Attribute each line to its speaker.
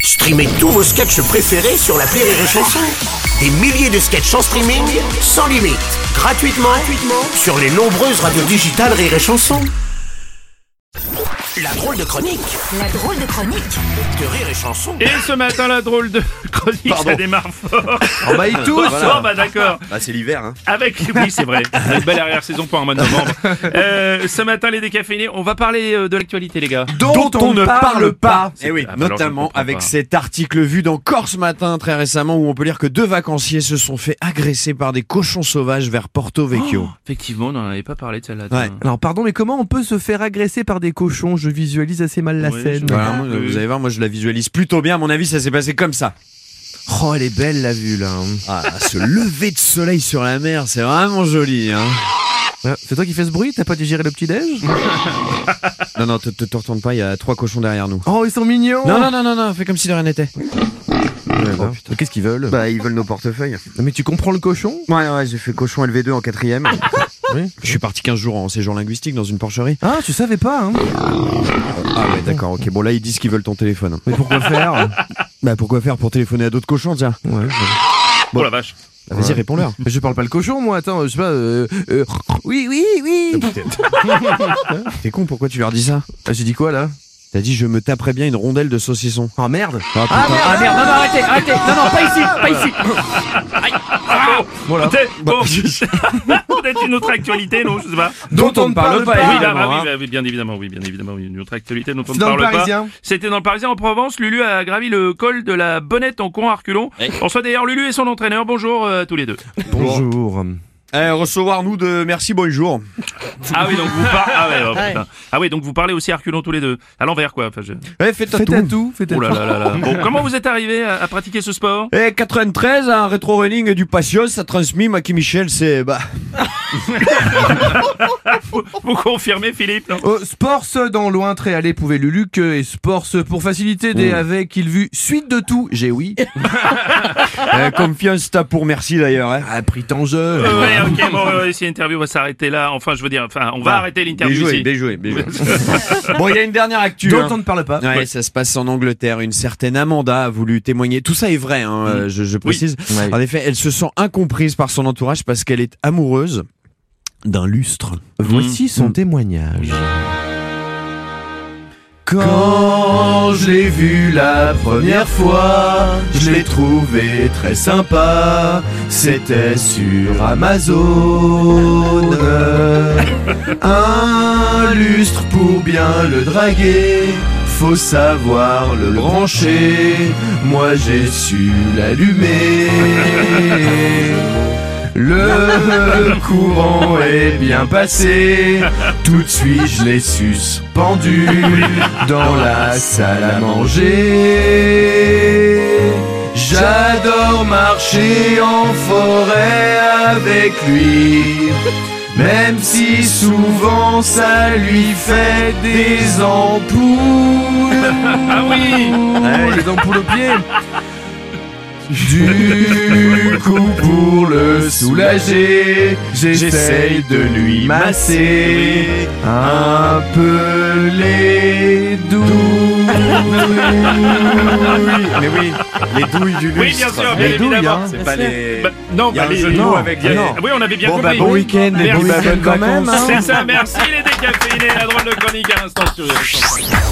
Speaker 1: Streamez tous vos sketchs préférés sur la Rire et Chanson. Des milliers de sketchs en streaming, sans limite, gratuitement, gratuitement sur les nombreuses radios digitales Rire et Chanson. La drôle de chronique
Speaker 2: La drôle de chronique
Speaker 1: de Rire et Chanson.
Speaker 3: Et ce matin, la drôle de chronique, ça démarre fort.
Speaker 4: On bah, ils tous
Speaker 3: Bon, bah d'accord.
Speaker 4: Bah, c'est l'hiver, hein.
Speaker 3: Avec, oui, c'est vrai. Une belle arrière-saison pour un mois de novembre. Euh, ce matin, les décaféinés, on va parler euh, de l'actualité, les gars.
Speaker 4: Dont, on ne parle pas.
Speaker 3: C'est-
Speaker 4: Eh oui,
Speaker 3: Ah, bah alors, je ne
Speaker 4: notamment
Speaker 3: comprends
Speaker 4: avec
Speaker 3: pas.
Speaker 4: cet article vu dans Corse Matin très récemment où on peut lire que deux vacanciers se sont fait agresser par des cochons sauvages vers Porto Vecchio.
Speaker 3: Oh, Effectivement, on n'en avait pas parlé de celle-là.
Speaker 4: Ouais.
Speaker 3: tiens.
Speaker 5: Mm. Alors pardon, mais comment on peut se faire agresser par des cochons Je visualise assez mal la
Speaker 3: Oui,
Speaker 5: scène.
Speaker 3: je-
Speaker 4: Voilà, moi,
Speaker 3: oui.
Speaker 4: vous allez voir, moi je la visualise plutôt bien. À mon avis, ça s'est passé comme ça.
Speaker 5: Oh, elle est belle la vue là.
Speaker 4: Ah, ce lever de soleil sur la mer, c'est vraiment joli. Hein.
Speaker 5: Ah, C'est toi qui fais ce bruit T'as pas digéré le petit déj
Speaker 4: Non, non, te te- te retourne pas, il y a trois cochons derrière nous.
Speaker 5: Oh, ils sont mignons.
Speaker 4: Non, non, non, non, non, fais comme si de rien n'était.
Speaker 5: Oh, putain, Qu'est-ce qu'ils veulent
Speaker 6: Bah, ils veulent nos portefeuilles.
Speaker 5: Non, Mais tu comprends le cochon
Speaker 6: Ouais, ouais, j'ai fait cochon LV2 en quatrième.
Speaker 4: Je suis parti 15 jours en séjour linguistique dans une porcherie.
Speaker 5: Ah, tu savais pas hein
Speaker 4: Ah ouais, d'accord, ok. Bon, là, ils disent qu'ils veulent ton téléphone.
Speaker 5: Mais pourquoi faire
Speaker 4: Bah pourquoi faire pour téléphoner à d'autres cochons tiens
Speaker 5: Ouais, je-
Speaker 3: Oh la vache.
Speaker 4: Bah, Vas-y réponds-leur.
Speaker 5: Mais je parle pas le cochon moi. Attends, je sais pas. euh, euh, Oui, oui, oui.
Speaker 4: T'es con pourquoi tu leur dis ça
Speaker 5: Ah, J'ai dit quoi là
Speaker 4: T'as dit je me taperais bien une rondelle de saucisson.
Speaker 5: Oh merde.
Speaker 4: Ah, putain.
Speaker 5: Ah merde. Non, non, arrêtez, arrêtez. Non, non, pas ici, pas ici.
Speaker 4: Ah,
Speaker 5: Voilà.
Speaker 3: Peut-être-
Speaker 4: bah,
Speaker 3: Bon, peut-être une autre actualité, non Je sais pas.
Speaker 5: Dont on ne
Speaker 4: Ah,
Speaker 5: parle pas.
Speaker 3: oui, bah, bah,
Speaker 5: évidemment,
Speaker 3: oui,
Speaker 5: hein.
Speaker 3: bah, oui, bien évidemment, oui, bien évidemment, oui, une autre actualité dont on
Speaker 5: C'est
Speaker 3: ne
Speaker 5: dans
Speaker 3: parle
Speaker 5: le
Speaker 3: pas.
Speaker 5: Parisien.
Speaker 3: C'était dans le Parisien en Provence. Lulu a gravi le col de la Bonnette en con à reculons. On soit d'ailleurs Lulu et son entraîneur. Bonjour euh, à tous les deux.
Speaker 5: Bonjour.
Speaker 4: Eh, recevoir nous de merci bonjour.
Speaker 3: Ah oui, donc vous par- ah, ouais, oh, putain. Ah oui, donc vous parlez aussi à reculons tous les deux. À l'envers, quoi. Enfin, je-
Speaker 4: Eh faites
Speaker 5: Faites à tout, faites à
Speaker 3: Oh là
Speaker 5: tout.
Speaker 3: là là là. Bon, comment vous êtes arrivé à, à pratiquer ce sport
Speaker 4: Eh 93 un rétro running et du patio ça transmis Maki Michel c'est bah
Speaker 3: vous, vous confirmez, Philippe non
Speaker 5: Euh, Sports dans loin très allé pouvait Lulu que euh, et Sports pour faciliter
Speaker 4: Mm.
Speaker 5: des avec il vu suite de tout j'ai oui
Speaker 4: eh, confiance t'as pour merci d'ailleurs hein.
Speaker 5: a pris tant jeu
Speaker 3: Ouais, ok, bon, ouais, ouais, si l'interview va s'arrêter là, enfin, je veux dire, enfin, on va
Speaker 4: Ah,
Speaker 3: arrêter
Speaker 4: Bien
Speaker 3: l'interview
Speaker 4: joué,
Speaker 3: ici.
Speaker 4: bien joué, bien joué. bon il y a une dernière actu.
Speaker 5: dont
Speaker 4: hein.
Speaker 5: on ne parle pas
Speaker 4: Ouais, ça se passe en Angleterre. Une certaine Amanda a voulu témoigner. Tout ça est vrai, hein, euh, je, je précise. En effet, elle se sent incomprise par son entourage parce qu'elle est amoureuse d'un lustre.
Speaker 5: voici son
Speaker 4: Hmm.
Speaker 5: témoignage
Speaker 4: Quand je l'ai vu la première fois, je l'ai trouvé très sympa. C'était sur Amazon. Un lustre pour bien le draguer, faut savoir le brancher. Moi j'ai su l'allumer. Le courant est bien passé, tout de suite je l'ai suspendu dans la salle à manger. J'adore marcher en forêt avec lui, même si souvent ça lui fait des ampoules.
Speaker 3: Ah oui
Speaker 5: Oh, les ampoules au pied
Speaker 4: Du coup, pour le soulager, j'essaye de lui masser un peu les douilles. Mais oui, les douilles du
Speaker 3: Oui, bien sûr, bien
Speaker 4: Les douilles,
Speaker 3: évidemment.
Speaker 4: hein, c'est pas les.
Speaker 3: Bah, non,
Speaker 4: Il y a
Speaker 3: bah,
Speaker 4: un
Speaker 3: les-
Speaker 4: jeu de mots avec
Speaker 3: il y a-
Speaker 4: les- non.
Speaker 3: Oui, on avait bien
Speaker 4: Bon, bah,
Speaker 3: compris.
Speaker 4: bon week-end, les
Speaker 3: Merci.
Speaker 4: bonnes
Speaker 5: quand même,
Speaker 4: vacances.
Speaker 5: hein.
Speaker 3: C'est ça, merci les décaféinés, la drôle de chronique à l'instant sur les